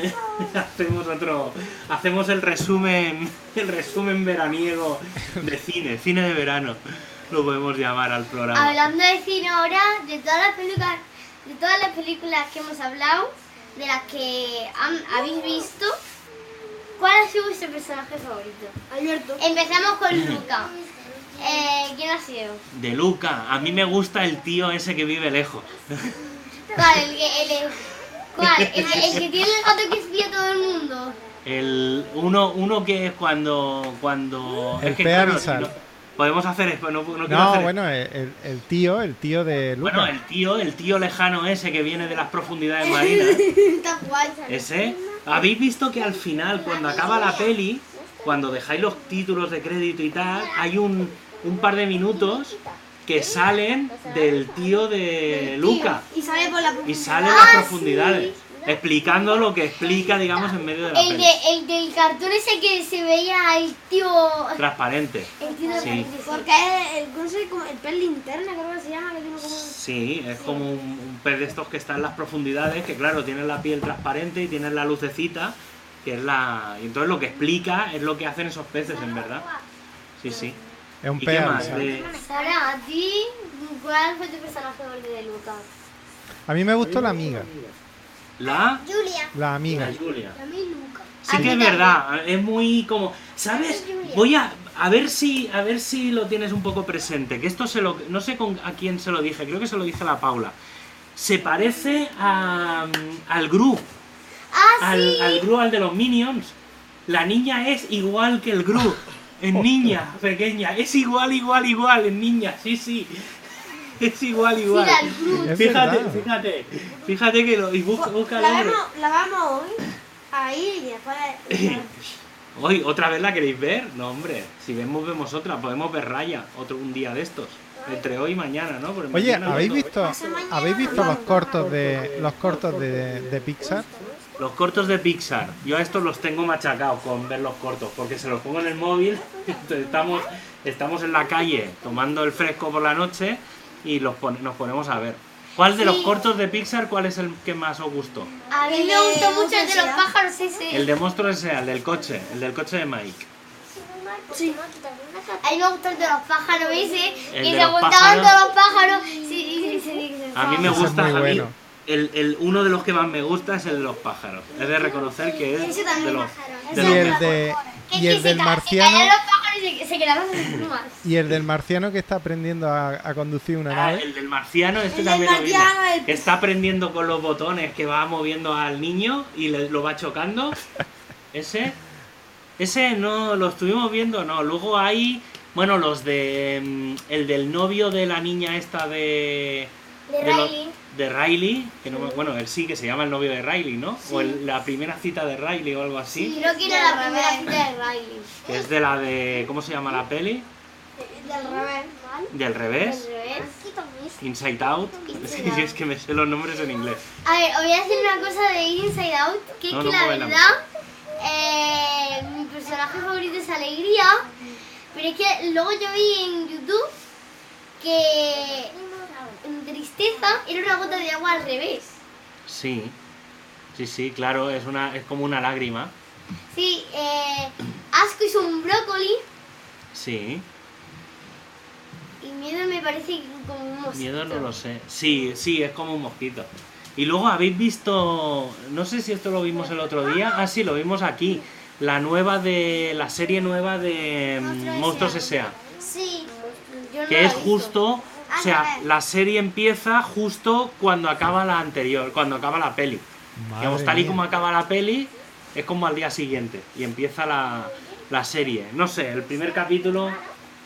[SPEAKER 1] hacemos otro hacemos el resumen el resumen veraniego de cine, cine de verano. Lo podemos llamar al programa.
[SPEAKER 3] Hablando de cine ahora, de todas las películas, de todas las películas que hemos hablado, de las que han- habéis visto, ¿cuál ha sido vuestro personaje favorito?
[SPEAKER 2] Alberto.
[SPEAKER 3] Empezamos con Luca. Eh, ¿Quién ha sido?
[SPEAKER 1] De Luca, a mí me gusta el tío ese que vive lejos.
[SPEAKER 3] ¿Cuál? El que, el, el- ¿cuál? El, que- el que tiene el gato que espía a todo el mundo.
[SPEAKER 1] El uno uno que es cuando cuando
[SPEAKER 5] El
[SPEAKER 1] es que
[SPEAKER 5] Pea
[SPEAKER 1] claro,
[SPEAKER 5] Bizarre.
[SPEAKER 1] no- podemos hacer esto, no, no quiero
[SPEAKER 5] No,
[SPEAKER 1] hacer-
[SPEAKER 5] bueno, el, el- el tío, el tío de Luca.
[SPEAKER 1] Bueno, el tío, el tío lejano ese que viene de las profundidades marinas.
[SPEAKER 2] Está guay.
[SPEAKER 1] Ese. ¿Habéis visto que al final, cuando acaba la peli, cuando dejáis los títulos de crédito y tal, hay un, un par de minutos que salen del tío de Luca
[SPEAKER 2] Y sale por la
[SPEAKER 1] y salen
[SPEAKER 3] Ah,
[SPEAKER 1] las profundidades, explicando lo que explica, digamos, en medio de la
[SPEAKER 3] El,
[SPEAKER 1] peli.
[SPEAKER 3] de, el del cartón ese que se veía el tío...
[SPEAKER 1] Transparente.
[SPEAKER 3] El tío
[SPEAKER 1] Sí.
[SPEAKER 3] de
[SPEAKER 2] Porque es el, no sé, como el pez linterna, creo que se llama, que tiene como un-
[SPEAKER 1] Sí, es como un, un pez de estos que está en las profundidades, que claro, tienen la piel transparente y tienen la lucecita, que es la... y entonces lo que explica es lo que hacen esos peces, en verdad. Sí, sí.
[SPEAKER 5] es un
[SPEAKER 1] ¿Y qué
[SPEAKER 5] pea
[SPEAKER 1] más?
[SPEAKER 5] bizarro.
[SPEAKER 1] De-
[SPEAKER 3] Sara, ¿a ti cuál fue tu personaje favorito de Luca?
[SPEAKER 5] A mí me gustó la amiga.
[SPEAKER 1] La...
[SPEAKER 2] Julia.
[SPEAKER 5] La amiga.
[SPEAKER 1] La Julia.
[SPEAKER 2] A mí Luca.
[SPEAKER 1] Sí
[SPEAKER 3] A
[SPEAKER 1] que
[SPEAKER 3] mí
[SPEAKER 1] es
[SPEAKER 3] también.
[SPEAKER 1] verdad, es muy como, ¿sabes? Voy a a ver si a ver si lo tienes un poco presente, que esto se lo no sé con a quién se lo dije, creo que se lo dije a la Paula. Se parece a, mm, al Gru,
[SPEAKER 3] Ah,
[SPEAKER 1] al,
[SPEAKER 3] sí.
[SPEAKER 1] al Gru al de los Minions. La niña es igual que el Gru en niña pequeña, es igual igual igual en niña, sí, sí. Es igual igual.
[SPEAKER 3] Mira, el Gru. Pues,
[SPEAKER 5] Es
[SPEAKER 1] fíjate,
[SPEAKER 5] verdad.
[SPEAKER 1] fíjate. Fíjate que lo y busca, busca el
[SPEAKER 2] Pues, La
[SPEAKER 1] nombre.
[SPEAKER 2] vamos, la vamos hoy ahí y después.
[SPEAKER 1] Hoy, ¿otra vez la queréis ver? No, hombre. Si vemos, vemos otra. Podemos ver Raya otro, un día de estos. Entre hoy y mañana, ¿no? Porque
[SPEAKER 5] Oye,
[SPEAKER 1] mañana
[SPEAKER 5] ¿habéis
[SPEAKER 1] lo-
[SPEAKER 5] visto, ¿habéis visto los cortos de los cortos de, de Pixar?
[SPEAKER 1] Los cortos de Pixar. Yo a estos los tengo machacados con ver los cortos. Porque se los pongo en el móvil. Entonces estamos, estamos en la calle tomando el fresco por la noche y los pon- nos ponemos a ver. ¿Cuál de los
[SPEAKER 3] Sí.
[SPEAKER 1] cortos de Pixar, cuál es el que más os gustó?
[SPEAKER 3] A mí
[SPEAKER 2] El
[SPEAKER 3] me
[SPEAKER 2] de
[SPEAKER 3] gustó mucho el de los
[SPEAKER 2] Monstruosidad.
[SPEAKER 3] pájaros ese.
[SPEAKER 1] El de monstruos sea, el del coche, el del coche de Mike.
[SPEAKER 2] Sí.
[SPEAKER 3] A mí me gustó el de los pájaros ese.
[SPEAKER 1] El
[SPEAKER 3] que
[SPEAKER 1] de
[SPEAKER 3] se
[SPEAKER 1] los
[SPEAKER 3] aguantaban
[SPEAKER 1] pájaros.
[SPEAKER 3] todos los pájaros. Sí, sí, sí, sí, sí.
[SPEAKER 1] A mí me
[SPEAKER 5] Ese es
[SPEAKER 1] gusta,
[SPEAKER 5] muy
[SPEAKER 1] a mí,
[SPEAKER 5] bueno.
[SPEAKER 1] el, el- uno de los que más me gusta es el de los pájaros. Es de reconocer que es
[SPEAKER 2] Ese
[SPEAKER 1] de
[SPEAKER 2] también
[SPEAKER 1] los,
[SPEAKER 2] bajaron.
[SPEAKER 1] de
[SPEAKER 5] Y
[SPEAKER 1] los
[SPEAKER 5] el
[SPEAKER 1] mejores.
[SPEAKER 5] de
[SPEAKER 3] Que-
[SPEAKER 5] y
[SPEAKER 3] que
[SPEAKER 5] el
[SPEAKER 3] se
[SPEAKER 5] del
[SPEAKER 3] ca-
[SPEAKER 5] marciano
[SPEAKER 3] Se caían los pájaros y se, se quedaban sin plumas.
[SPEAKER 5] y el del marciano que está aprendiendo a, a conducir una
[SPEAKER 1] Ah,
[SPEAKER 5] nave.
[SPEAKER 1] el del marciano, este
[SPEAKER 2] El del
[SPEAKER 1] también lo vimos.
[SPEAKER 2] marciano, el-
[SPEAKER 1] Que Está aprendiendo con los botones que va moviendo al niño y le- lo va chocando. Ese, ese no lo estuvimos viendo, no. Luego hay, bueno, los de mm, el del novio de la niña esta de
[SPEAKER 3] De
[SPEAKER 1] de los-
[SPEAKER 3] Riley.
[SPEAKER 1] de Riley, que no me- bueno, él sí, que se llama el novio de Riley, ¿no? O el- la primera cita de Riley o algo así,
[SPEAKER 3] Creo que era la primera cita de Riley.
[SPEAKER 1] que es de la de, ¿cómo se llama la peli?
[SPEAKER 2] Del revés.
[SPEAKER 1] Del
[SPEAKER 3] Al
[SPEAKER 1] revés,
[SPEAKER 3] revés.
[SPEAKER 1] Inside Out,
[SPEAKER 3] Inside Out.
[SPEAKER 1] y es que me sé los nombres en inglés.
[SPEAKER 3] A ver, os voy a decir una cosa de Inside Out, que
[SPEAKER 1] No,
[SPEAKER 3] es
[SPEAKER 1] no
[SPEAKER 3] que la
[SPEAKER 1] puedo bailar.
[SPEAKER 3] verdad, eh, mi personaje favorito es Alegría, pero es que luego yo vi en YouTube que en Tristeza era una gota de agua al revés.
[SPEAKER 1] Sí, sí, sí, claro, es, una, es como una lágrima,
[SPEAKER 3] Sí, eh, Asco hizo un brócoli
[SPEAKER 1] sí.
[SPEAKER 3] y Miedo me parece como un mosquito.
[SPEAKER 1] Miedo no lo sé. Sí, sí, es como un mosquito. Y luego habéis visto, no sé si esto lo vimos el otro día, ah sí, lo vimos aquí, la nueva de la serie nueva de mm, Monstruos S.A.
[SPEAKER 2] Sí.
[SPEAKER 3] Yo no
[SPEAKER 1] que
[SPEAKER 3] la
[SPEAKER 1] es
[SPEAKER 3] he visto. Ah,
[SPEAKER 1] justo, o
[SPEAKER 2] Al
[SPEAKER 1] sea,
[SPEAKER 2] revés.
[SPEAKER 1] la serie empieza justo cuando acaba la anterior, cuando acaba la peli. Digamos,
[SPEAKER 5] Madre
[SPEAKER 1] tal y
[SPEAKER 5] mía.
[SPEAKER 1] como acaba la peli, es como al día siguiente y empieza la, la serie. No sé, el primer capítulo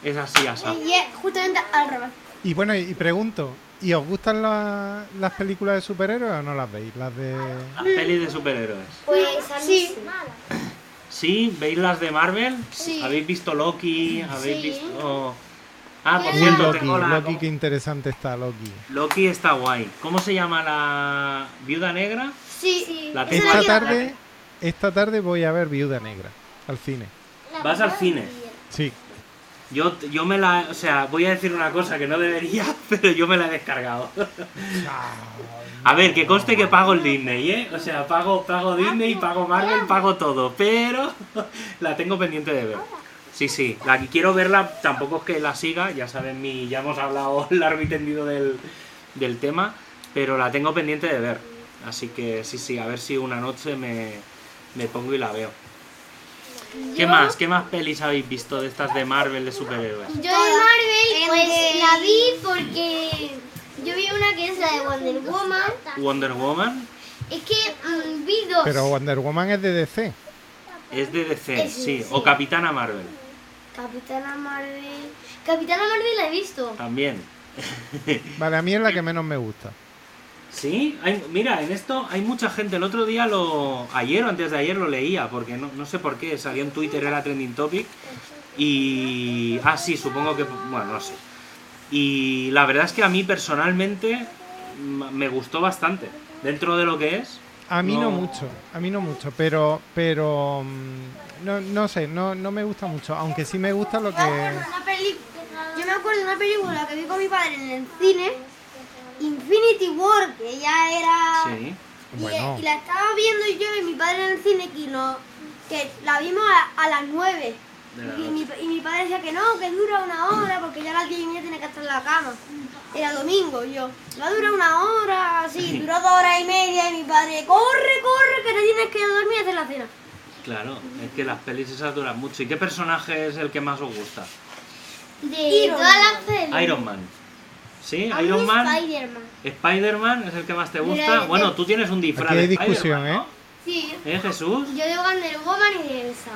[SPEAKER 1] es así, asá.
[SPEAKER 2] Y es justamente al revés.
[SPEAKER 5] Y bueno, y, y pregunto, ¿y os gustan la- las películas de superhéroes o no las veis? Las de...
[SPEAKER 1] Las pelis de superhéroes.
[SPEAKER 3] Pues a mí
[SPEAKER 2] Sí.
[SPEAKER 3] sí.
[SPEAKER 1] ¿Sí? ¿Veis las de Marvel?
[SPEAKER 2] Sí.
[SPEAKER 1] ¿Habéis visto Loki? ¿Habéis
[SPEAKER 3] Sí.
[SPEAKER 1] visto.? Ah, por
[SPEAKER 5] Uy,
[SPEAKER 1] cierto,
[SPEAKER 5] Loki,
[SPEAKER 1] tengo la.
[SPEAKER 5] Loki, qué interesante está Loki.
[SPEAKER 1] Loki está guay. ¿Cómo se llama la viuda negra?
[SPEAKER 2] Sí.
[SPEAKER 1] La
[SPEAKER 2] Esa
[SPEAKER 1] tengo.
[SPEAKER 5] Esta
[SPEAKER 2] la quiero
[SPEAKER 5] tarde, esta tarde voy a ver Viuda Negra al cine.
[SPEAKER 1] Vas al cine.
[SPEAKER 5] Sí.
[SPEAKER 1] Yo, yo me la. O sea, voy a decir una cosa que no debería, pero yo me la he descargado. A ver, que conste que pago el Disney, ¿eh? O sea, pago, pago Disney, pago Marvel, pago todo, pero la tengo pendiente de ver. Sí, sí, la que quiero verla, tampoco es que la siga, ya saben, mi, ya hemos hablado largo y tendido del, del tema, pero la tengo pendiente de ver. Así que sí, sí, a ver si una noche me, me pongo y la veo. ¿Qué más? ¿Qué más pelis habéis visto de estas de Marvel de superhéroes?
[SPEAKER 3] Yo de Marvel, pues
[SPEAKER 2] Endgame.
[SPEAKER 3] la vi porque yo vi una que es la de Wonder Woman.
[SPEAKER 1] Wonder Woman
[SPEAKER 3] Es que mm, vi dos.
[SPEAKER 5] Pero Wonder Woman es de DC.
[SPEAKER 1] es de DC,
[SPEAKER 3] Es
[SPEAKER 1] sí,
[SPEAKER 3] DC.
[SPEAKER 1] o Capitana Marvel,
[SPEAKER 3] Capitana Marvel. Capitana Marvel la he visto.
[SPEAKER 1] también.
[SPEAKER 5] Vale, a mí es la que menos me gusta.
[SPEAKER 1] Sí, hay- mira, en esto hay mucha gente. El otro día, lo ayer o antes de ayer, lo leía, porque no, no sé por qué, salió en Twitter, era trending topic. Y. Ah, sí, supongo que. Bueno, no sé. Y la verdad es que a mí personalmente m- me gustó bastante. Dentro de lo que es.
[SPEAKER 5] A mí no,
[SPEAKER 1] No.
[SPEAKER 5] mucho, a mí no mucho, pero pero mm, no, no sé, no, no me gusta mucho, aunque sí me gusta lo que
[SPEAKER 1] Eh.
[SPEAKER 2] Una peli- Yo me acuerdo de una película que vi con mi padre en el cine, Infinity War, que ya era...
[SPEAKER 1] Sí.
[SPEAKER 2] Y,
[SPEAKER 5] bueno,
[SPEAKER 2] y la estaba viendo yo y mi padre en el cine que, no, que la vimos a, a las 9.
[SPEAKER 1] de la
[SPEAKER 2] Y
[SPEAKER 1] noche.
[SPEAKER 2] mi, y mi padre decía que no, que dura una hora, porque ya a las 10 y media tiene que estar en la cama. Era domingo, y yo. Va a durar una hora, sí, duró dos horas y media, y mi padre, corre, corre, que te tienes que ir a dormir y hacer la cena.
[SPEAKER 1] Claro, es que las pelis esas duran mucho. ¿Y qué personaje es el que más os gusta?
[SPEAKER 3] De
[SPEAKER 2] Iron
[SPEAKER 3] todas
[SPEAKER 2] Man.
[SPEAKER 3] las pelis.
[SPEAKER 1] Iron Man. ¿Sí?
[SPEAKER 3] A mí
[SPEAKER 1] Iron Man.
[SPEAKER 3] Spider-Man.
[SPEAKER 1] Spider-Man es el que más te gusta.
[SPEAKER 3] Mira, eh,
[SPEAKER 1] Bueno,
[SPEAKER 3] de-
[SPEAKER 1] tú tienes un disfraz.
[SPEAKER 5] Aquí hay
[SPEAKER 1] de Spider-Man,
[SPEAKER 5] discusión, ¿eh?
[SPEAKER 1] ¿no?
[SPEAKER 3] Sí.
[SPEAKER 1] ¿Eh, Jesús?
[SPEAKER 3] Yo de Wonder Woman y de Elsa.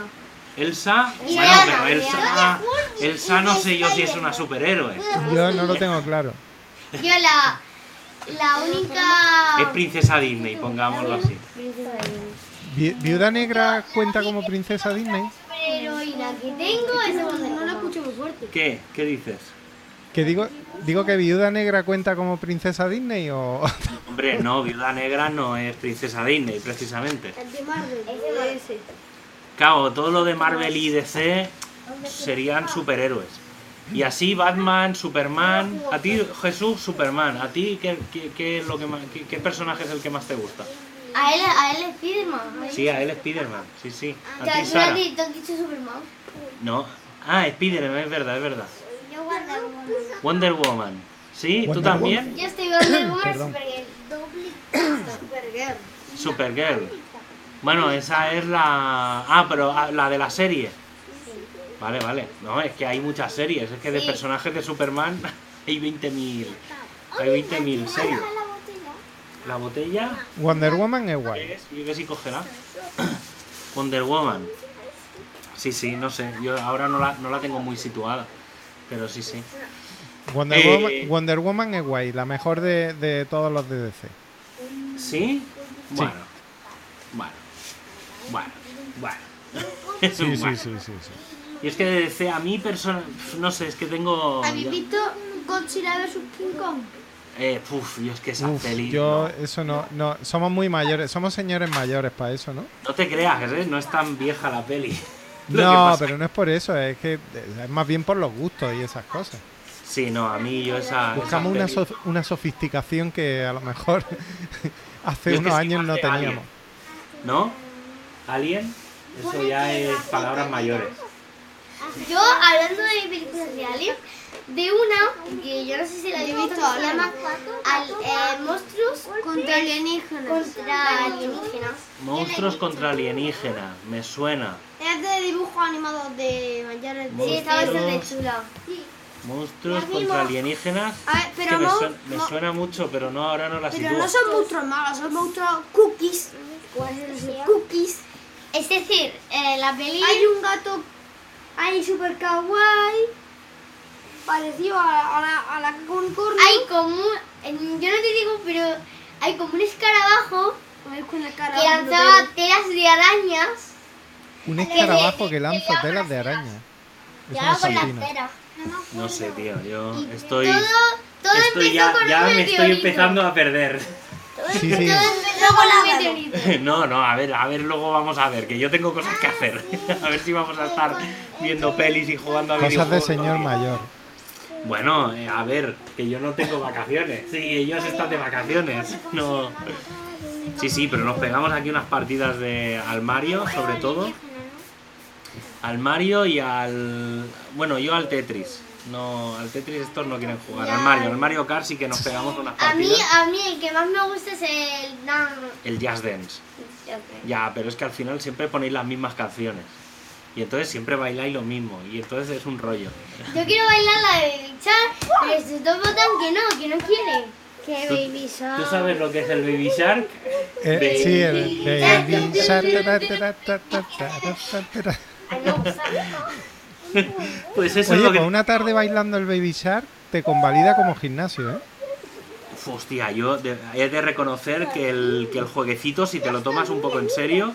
[SPEAKER 1] Elsa,
[SPEAKER 3] Y
[SPEAKER 1] bueno,
[SPEAKER 3] Diana,
[SPEAKER 1] pero
[SPEAKER 3] y
[SPEAKER 1] Elsa, ah,
[SPEAKER 3] Diana.
[SPEAKER 1] Elsa no sé yo si es una superhéroe.
[SPEAKER 5] yo no lo tengo claro.
[SPEAKER 3] Yo la, la
[SPEAKER 1] Es
[SPEAKER 3] única...
[SPEAKER 1] princesa Disney, pongámoslo así.
[SPEAKER 3] princesa de-
[SPEAKER 5] Vi- Viuda Negra cuenta como princesa Disney.
[SPEAKER 3] Superheroína que tengo es de Wonder No la escucho muy fuerte.
[SPEAKER 1] ¿Qué? ¿Qué dices?
[SPEAKER 5] Que digo digo que Viuda Negra cuenta como princesa Disney o
[SPEAKER 1] Hombre, no, Viuda Negra no es princesa Disney, precisamente.
[SPEAKER 2] El de Marvel. Ese.
[SPEAKER 1] Claro, todo lo de Marvel y DC serían superhéroes. Y así Batman, Superman, a ti Jesús, Superman, a ti qué, qué- qué es lo que más- qué- qué personaje es el que más te gusta.
[SPEAKER 3] A él, a él es Spiderman.
[SPEAKER 1] Sí, a él Spiderman, sí, sí.
[SPEAKER 3] Te
[SPEAKER 1] A ti Sara.
[SPEAKER 3] has dicho Superman.
[SPEAKER 1] No, ah, Spiderman, es verdad, es verdad.
[SPEAKER 2] Yo Wonder Woman.
[SPEAKER 1] Wonder Woman. ¿Sí? ¿Tú
[SPEAKER 5] Wonder
[SPEAKER 1] también?
[SPEAKER 3] Yo estoy Wonder Woman
[SPEAKER 5] Perdón.
[SPEAKER 3] Supergirl.
[SPEAKER 2] Supergirl.
[SPEAKER 1] Supergirl. Bueno, esa es la... Ah, pero ah, la de la serie. Vale, vale. No, es que hay muchas series. Es que de
[SPEAKER 3] Sí.
[SPEAKER 1] personajes de Superman hay 20.000. Hay 20.000 series. La botella...
[SPEAKER 5] Wonder Woman es guay.
[SPEAKER 1] ¿quieres? Yo que sí cogerá. Wonder Woman. Sí, sí, no sé. Yo ahora no la, no la tengo muy situada. Pero sí, sí.
[SPEAKER 5] Wonder,
[SPEAKER 1] Eh,
[SPEAKER 5] Woman, Wonder Woman es guay, la mejor de, de todos los de DC.
[SPEAKER 1] ¿Sí? Bueno. Bueno. Bueno. Bueno. Es un
[SPEAKER 5] Sí, sí,
[SPEAKER 1] bueno.
[SPEAKER 5] sí, sí, sí.
[SPEAKER 1] Y es que de DC a mí persona... No sé, es que tengo...
[SPEAKER 2] ¿Habéis visto Godzilla vs King Kong?
[SPEAKER 1] Eh, puf, yo es que esa
[SPEAKER 5] Uf,
[SPEAKER 1] peli...
[SPEAKER 5] yo
[SPEAKER 1] no.
[SPEAKER 5] eso no, no, somos muy mayores, somos señores mayores para eso, ¿no?
[SPEAKER 1] No te creas, ¿eh? No es tan vieja la peli. Lo que
[SPEAKER 5] No,
[SPEAKER 1] pasa-
[SPEAKER 5] pero no es por eso, es que es más bien por los gustos y esas cosas.
[SPEAKER 1] Sí, no, a mí yo Ah, esa...
[SPEAKER 5] Buscamos
[SPEAKER 1] esa
[SPEAKER 5] una,
[SPEAKER 1] peli-
[SPEAKER 5] sof- una sofisticación que a lo mejor
[SPEAKER 1] Yo
[SPEAKER 5] hace
[SPEAKER 1] es que
[SPEAKER 5] unos
[SPEAKER 1] soy
[SPEAKER 5] años
[SPEAKER 1] más
[SPEAKER 5] no
[SPEAKER 1] de Alien.
[SPEAKER 5] teníamos.
[SPEAKER 1] ¿No? ¿Alien? Eso ya es palabras mayores.
[SPEAKER 3] Yo, hablando de películas de Alien, de una que yo no sé si la habéis visto, que se llama Al- eh, Monstruos
[SPEAKER 2] Contra alienígenas.
[SPEAKER 3] contra Alienígenas.
[SPEAKER 1] Monstruos contra alienígenas, me suena.
[SPEAKER 2] Es de dibujos animados de Jared Leto.
[SPEAKER 3] Sí, está bastante
[SPEAKER 1] Monstruos,
[SPEAKER 3] chula.
[SPEAKER 1] monstruos contra alienígenas.
[SPEAKER 2] A ver,
[SPEAKER 1] Es
[SPEAKER 2] Ah, pero
[SPEAKER 1] que me,
[SPEAKER 2] no-
[SPEAKER 1] suena, me
[SPEAKER 2] no-
[SPEAKER 1] suena mucho, pero no ahora no la
[SPEAKER 2] Pero
[SPEAKER 1] sitúo.
[SPEAKER 2] no son monstruos malos, son monstruos cookies. Cookies.
[SPEAKER 3] Es decir, eh, la peli...
[SPEAKER 2] Hay un gato ahí super kawaii. Parecido a, a la, a la caca unicornio.
[SPEAKER 3] hay como un, en- yo no te digo, pero hay como un escarabajo
[SPEAKER 2] Ahí con la cara
[SPEAKER 3] que
[SPEAKER 2] de un
[SPEAKER 3] lanzaba
[SPEAKER 2] lotero.
[SPEAKER 3] telas de arañas
[SPEAKER 5] Un
[SPEAKER 3] Alien.
[SPEAKER 5] escarabajo que
[SPEAKER 3] Que
[SPEAKER 5] lanza
[SPEAKER 3] le hago
[SPEAKER 5] telas
[SPEAKER 3] las
[SPEAKER 5] de
[SPEAKER 3] telas.
[SPEAKER 5] araña. Es
[SPEAKER 3] y
[SPEAKER 5] una
[SPEAKER 3] ahora con las
[SPEAKER 5] sardina.
[SPEAKER 3] telas.
[SPEAKER 1] No sé, tío, yo estoy...
[SPEAKER 3] Todo, todo
[SPEAKER 1] Estoy
[SPEAKER 3] empezó
[SPEAKER 1] ya,
[SPEAKER 3] con
[SPEAKER 1] ya
[SPEAKER 3] un
[SPEAKER 1] me estoy
[SPEAKER 3] meteorito.
[SPEAKER 1] empezando a perder.
[SPEAKER 3] Todo
[SPEAKER 5] Sí,
[SPEAKER 3] empezó-
[SPEAKER 5] sí.
[SPEAKER 3] todo empezó con un meteorito.
[SPEAKER 1] No, no, a ver, a ver, luego vamos a ver, que yo tengo cosas que hacer. A ver si vamos a estar viendo pelis y jugando a
[SPEAKER 5] Cosas de
[SPEAKER 1] videojuegos.
[SPEAKER 5] señor mayor.
[SPEAKER 1] Bueno, eh, a ver, que yo no tengo vacaciones. Sí, ellos están de vacaciones. No. Sí, sí, pero nos pegamos aquí unas partidas de al Mario, sobre todo. Al Mario y al bueno, yo al Tetris. No, al Tetris estos no quieren jugar. Al Mario, al Mario Kart sí que nos pegamos unas
[SPEAKER 3] A mí,
[SPEAKER 1] partidas.
[SPEAKER 3] a mí el que más me gusta es el Dan.
[SPEAKER 1] El Jazz Dance. Ya, pero es que al final siempre ponéis las mismas canciones. Y entonces siempre bailáis lo mismo. Y entonces es un rollo.
[SPEAKER 3] Yo quiero bailar la de Char, pero estos dos votan que no, que no quiere.
[SPEAKER 2] Qué
[SPEAKER 1] Tú-
[SPEAKER 2] baby son.
[SPEAKER 1] ¿Tú sabes lo que es el Baby Shark?
[SPEAKER 5] Eh,
[SPEAKER 1] De-
[SPEAKER 5] sí, el de...
[SPEAKER 1] Pues eso es
[SPEAKER 5] Oye,
[SPEAKER 1] lo que...
[SPEAKER 5] pues una tarde bailando el Baby Shark te convalida como gimnasio, ¿eh?
[SPEAKER 1] Uf, Hostia, yo de- he de reconocer que el, que el jueguecito, si te lo tomas un poco en serio,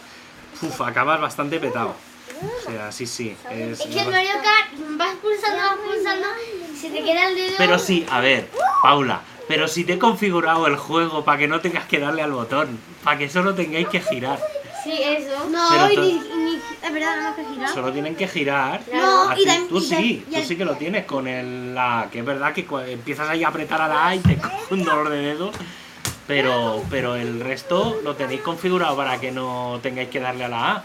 [SPEAKER 1] uf, acabas bastante petado. O sea, sí, sí. es-
[SPEAKER 3] Es que el Mario Kart vas pulsando, vas pulsando, se te queda el dedo.
[SPEAKER 1] Pero sí, a ver, Paula, pero si te he configurado el juego para que no tengas que darle al botón, para que solo tengáis que girar.
[SPEAKER 3] Sí, eso.
[SPEAKER 2] No,
[SPEAKER 1] Pero
[SPEAKER 2] y
[SPEAKER 1] tú-
[SPEAKER 2] ni, ni. Es verdad, no más que girar.
[SPEAKER 1] Solo tienen que girar.
[SPEAKER 2] No,
[SPEAKER 1] A
[SPEAKER 2] y
[SPEAKER 1] ti-
[SPEAKER 2] tam-
[SPEAKER 1] tú
[SPEAKER 2] y tam-
[SPEAKER 1] Ah, sí,
[SPEAKER 2] y
[SPEAKER 1] tú
[SPEAKER 2] el-
[SPEAKER 1] sí que lo tienes con el la que es verdad que cua- empiezas ahí a apretar a la A y te coge un dolor de dedo, pero pero el resto lo tenéis configurado para que no tengáis que darle a la A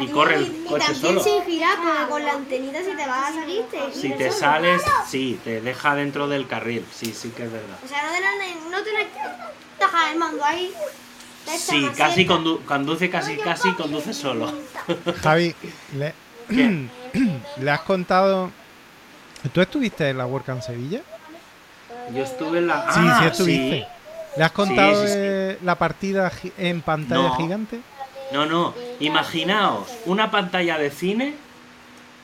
[SPEAKER 1] y corre el coche
[SPEAKER 2] también
[SPEAKER 1] solo.
[SPEAKER 2] sin girar, porque con la antenita si te vas a salir, te gira
[SPEAKER 1] Si te
[SPEAKER 2] solo.
[SPEAKER 1] sales, sí, te deja dentro del carril, sí, sí que es verdad.
[SPEAKER 2] O sea, no tienes no tienes que dejar el mando ahí. Te echas
[SPEAKER 1] Sí,
[SPEAKER 2] la
[SPEAKER 1] casi
[SPEAKER 2] sierra.
[SPEAKER 1] condu- conduce, casi, casi conduce solo.
[SPEAKER 5] Javi, le, le has contado... ¿Tú estuviste en la WordCamp Sevilla?
[SPEAKER 1] Yo estuve en la...
[SPEAKER 5] Sí,
[SPEAKER 1] Ah,
[SPEAKER 5] sí estuviste. ¿Le has contado
[SPEAKER 1] Sí, sí, sí.
[SPEAKER 5] eh, la partida gi- en pantalla
[SPEAKER 1] No.
[SPEAKER 5] gigante?
[SPEAKER 1] No, no, imaginaos una pantalla de cine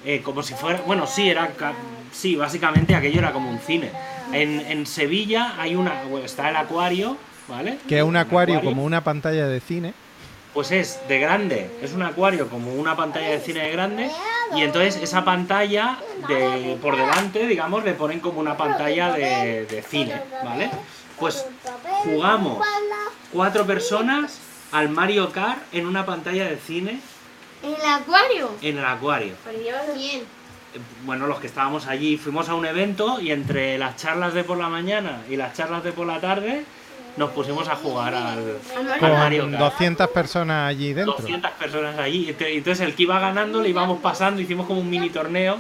[SPEAKER 1] eh, como si fuera, bueno, sí, era ca- sí, básicamente aquello era como un cine. En, en Sevilla hay una bueno, está el acuario, ¿vale?
[SPEAKER 5] Que es un acuario como una pantalla de cine.
[SPEAKER 1] Pues es de grande, es un acuario como una pantalla de cine de grande y entonces esa pantalla de por delante, digamos, le ponen como una pantalla de, de cine, ¿vale? Pues jugamos cuatro personas al Mario Kart en una pantalla de cine
[SPEAKER 3] En el acuario.
[SPEAKER 1] en el acuario.
[SPEAKER 3] Por Dios, bien.
[SPEAKER 1] Eh, bueno, los que estábamos allí fuimos a un evento y entre las charlas de por la mañana y las charlas de por la tarde nos pusimos a jugar al, al Mario
[SPEAKER 5] Con
[SPEAKER 1] Kart.
[SPEAKER 5] 200 personas allí dentro.
[SPEAKER 1] 200 personas allí. Y te- y Entonces el que iba ganando le íbamos pasando, hicimos como un mini torneo.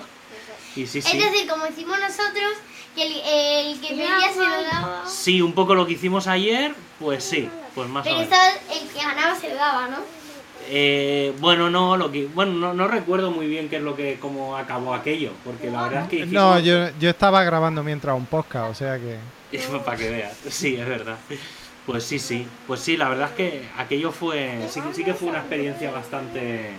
[SPEAKER 1] Y sí, sí.
[SPEAKER 3] Es decir, como hicimos nosotros, que el, el que perdía se lo daba.
[SPEAKER 1] Sí, un poco lo que hicimos ayer, pues sí, pues más o
[SPEAKER 3] Pero
[SPEAKER 1] menos.
[SPEAKER 3] esta vez el que ganaba se lo daba, ¿no?
[SPEAKER 1] Eh, bueno, no, lo que, bueno, no, no recuerdo muy bien qué es lo que, cómo acabó aquello, porque la verdad es que hicimos...
[SPEAKER 5] No, yo, yo estaba grabando mientras un podcast, o sea que...
[SPEAKER 1] Para que veas, sí, es verdad. Pues sí, sí. Pues sí, la verdad es que aquello fue. Sí, que- sí que fue una experiencia bastante.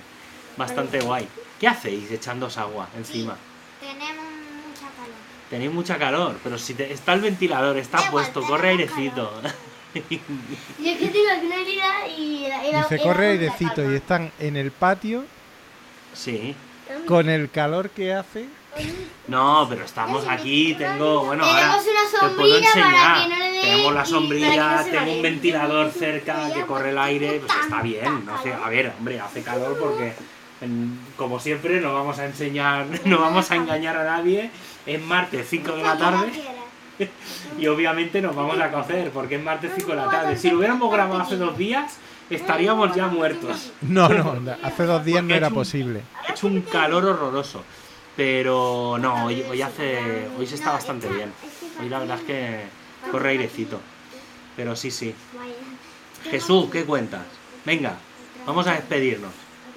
[SPEAKER 1] Bastante guay. ¿Qué hacéis echándoos agua encima?
[SPEAKER 3] Tenemos mucha calor.
[SPEAKER 1] Tenéis mucha calor, pero si te- está el ventilador, está
[SPEAKER 2] Da igual,
[SPEAKER 1] puesto,
[SPEAKER 2] tenemos
[SPEAKER 1] corre airecito.
[SPEAKER 3] Yo es que tengo aquí una herida y era, era-
[SPEAKER 5] Dice,
[SPEAKER 3] era
[SPEAKER 5] corre
[SPEAKER 3] una
[SPEAKER 5] airecito
[SPEAKER 3] palma.
[SPEAKER 5] y están en el patio
[SPEAKER 1] sí.
[SPEAKER 5] con el calor que hace.
[SPEAKER 1] No, pero estamos aquí, tengo, bueno, ahora
[SPEAKER 3] Tenemos una
[SPEAKER 1] te puedo
[SPEAKER 3] sombrilla para
[SPEAKER 1] enseñar.
[SPEAKER 3] que no le dé
[SPEAKER 1] Tenemos
[SPEAKER 3] y para
[SPEAKER 1] la
[SPEAKER 3] que no
[SPEAKER 1] sombrilla,
[SPEAKER 3] se
[SPEAKER 1] tengo
[SPEAKER 3] maree.
[SPEAKER 1] un ventilador cerca que corre el aire, pues está bien, no sé, a ver, hombre, hace calor porque en- como siempre no vamos a enseñar, no vamos a engañar a nadie. Es martes 5 de la tarde y obviamente nos vamos a cocer porque es martes 5 de la tarde. Si lo hubiéramos grabado hace dos días, estaríamos ya muertos.
[SPEAKER 5] No, no, hace dos días no
[SPEAKER 1] Porque
[SPEAKER 5] era
[SPEAKER 1] es un-
[SPEAKER 5] posible.
[SPEAKER 1] Ha hecho un calor horroroso. Pero no, hoy, hoy hace. Eh, Hoy se está bastante bien. Hoy la verdad es que corre airecito. Pero sí, sí.
[SPEAKER 3] Vaya,
[SPEAKER 1] Jesús, ¿qué cuentas? Venga, vamos a despedirnos.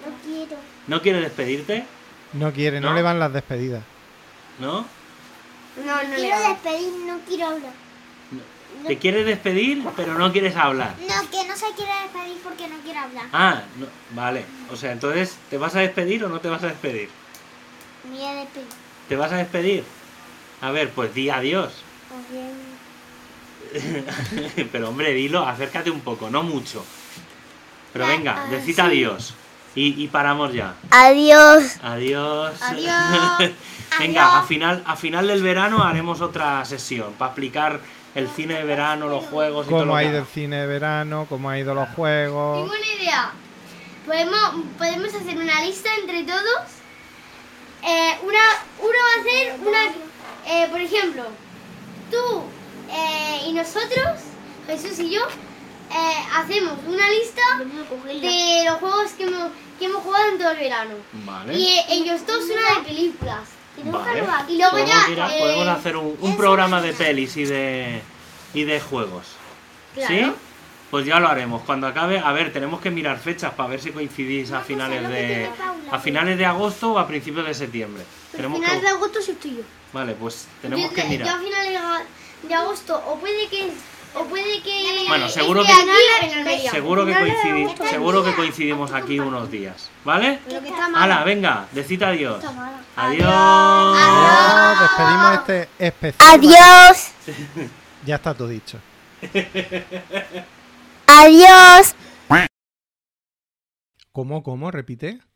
[SPEAKER 3] no quiero.
[SPEAKER 1] ¿No quieres despedirte?
[SPEAKER 5] No quiere, no,
[SPEAKER 1] No.
[SPEAKER 5] le van las despedidas.
[SPEAKER 1] ¿No?
[SPEAKER 2] No, no le
[SPEAKER 4] Quiero
[SPEAKER 2] hago.
[SPEAKER 4] despedir, no quiero hablar.
[SPEAKER 1] Te quieres despedir, pero no quieres hablar.
[SPEAKER 4] No, que no se quiere despedir porque no quiere hablar.
[SPEAKER 1] Ah, no, vale. O sea, entonces, ¿te vas a despedir o no te vas a despedir?
[SPEAKER 4] Me voy a despedir.
[SPEAKER 1] ¿Te vas a despedir? A ver, pues di adiós.
[SPEAKER 3] Pues
[SPEAKER 4] Os bien.
[SPEAKER 1] Pero hombre, dilo, acércate un poco, no mucho. Pero
[SPEAKER 4] Ya,
[SPEAKER 1] venga,
[SPEAKER 4] ah,
[SPEAKER 1] decid
[SPEAKER 4] sí.
[SPEAKER 1] adiós. Y, y paramos ya.
[SPEAKER 4] Adiós.
[SPEAKER 1] Adiós.
[SPEAKER 2] Adiós.
[SPEAKER 1] venga, a
[SPEAKER 4] Adiós.
[SPEAKER 1] final, a final del verano haremos otra sesión para explicar el cine de verano, los juegos y todo
[SPEAKER 5] Cómo
[SPEAKER 1] lo
[SPEAKER 5] ha
[SPEAKER 1] que
[SPEAKER 5] ido
[SPEAKER 1] haga.
[SPEAKER 5] el cine de verano, cómo ha ido los juegos.
[SPEAKER 3] Tengo una idea. Podemos, podemos hacer una lista entre todos. Eh, una, uno va a hacer una. eh, por ejemplo, tú eh, y nosotros, Jesús y yo, eh, hacemos una lista de los juegos que hemos, que hemos jugado en todo el verano.
[SPEAKER 1] Vale.
[SPEAKER 3] Y eh, ellos dos una de películas.
[SPEAKER 1] Vale.
[SPEAKER 3] Y luego
[SPEAKER 1] podemos,
[SPEAKER 3] ya.
[SPEAKER 1] ir a-
[SPEAKER 3] eh,
[SPEAKER 1] podemos hacer un, un programa de pelis y de, y de juegos. ¿Sí?
[SPEAKER 3] claro.
[SPEAKER 1] Pues ya lo haremos. Cuando acabe, a ver, tenemos que mirar fechas para ver si coincidís a finales de a finales de agosto o a principios de septiembre.
[SPEAKER 3] Pues
[SPEAKER 2] Al
[SPEAKER 1] Tenemos
[SPEAKER 2] final
[SPEAKER 1] que
[SPEAKER 2] de agosto soy tú y yo.
[SPEAKER 1] Vale, pues tenemos
[SPEAKER 3] yo,
[SPEAKER 1] que
[SPEAKER 3] te-
[SPEAKER 1] mirar.
[SPEAKER 3] yo a finales de aga- de agosto, o puede que. O puede que. este
[SPEAKER 1] Bueno, seguro
[SPEAKER 3] esté
[SPEAKER 1] que-
[SPEAKER 3] aquí o en Almería.
[SPEAKER 1] Seguro que, coincidi-
[SPEAKER 4] gusta
[SPEAKER 1] seguro que
[SPEAKER 4] nada.
[SPEAKER 1] coincidimos aquí unos días, ¿vale?
[SPEAKER 2] Lo que está mal.
[SPEAKER 1] Hala, venga, decid adiós.
[SPEAKER 4] mala.
[SPEAKER 1] Adiós.
[SPEAKER 5] Adiós, despedimos este especial.
[SPEAKER 4] Adiós.
[SPEAKER 5] Ya está todo dicho.
[SPEAKER 4] Adiós.
[SPEAKER 5] ¿Cómo, cómo? Repite.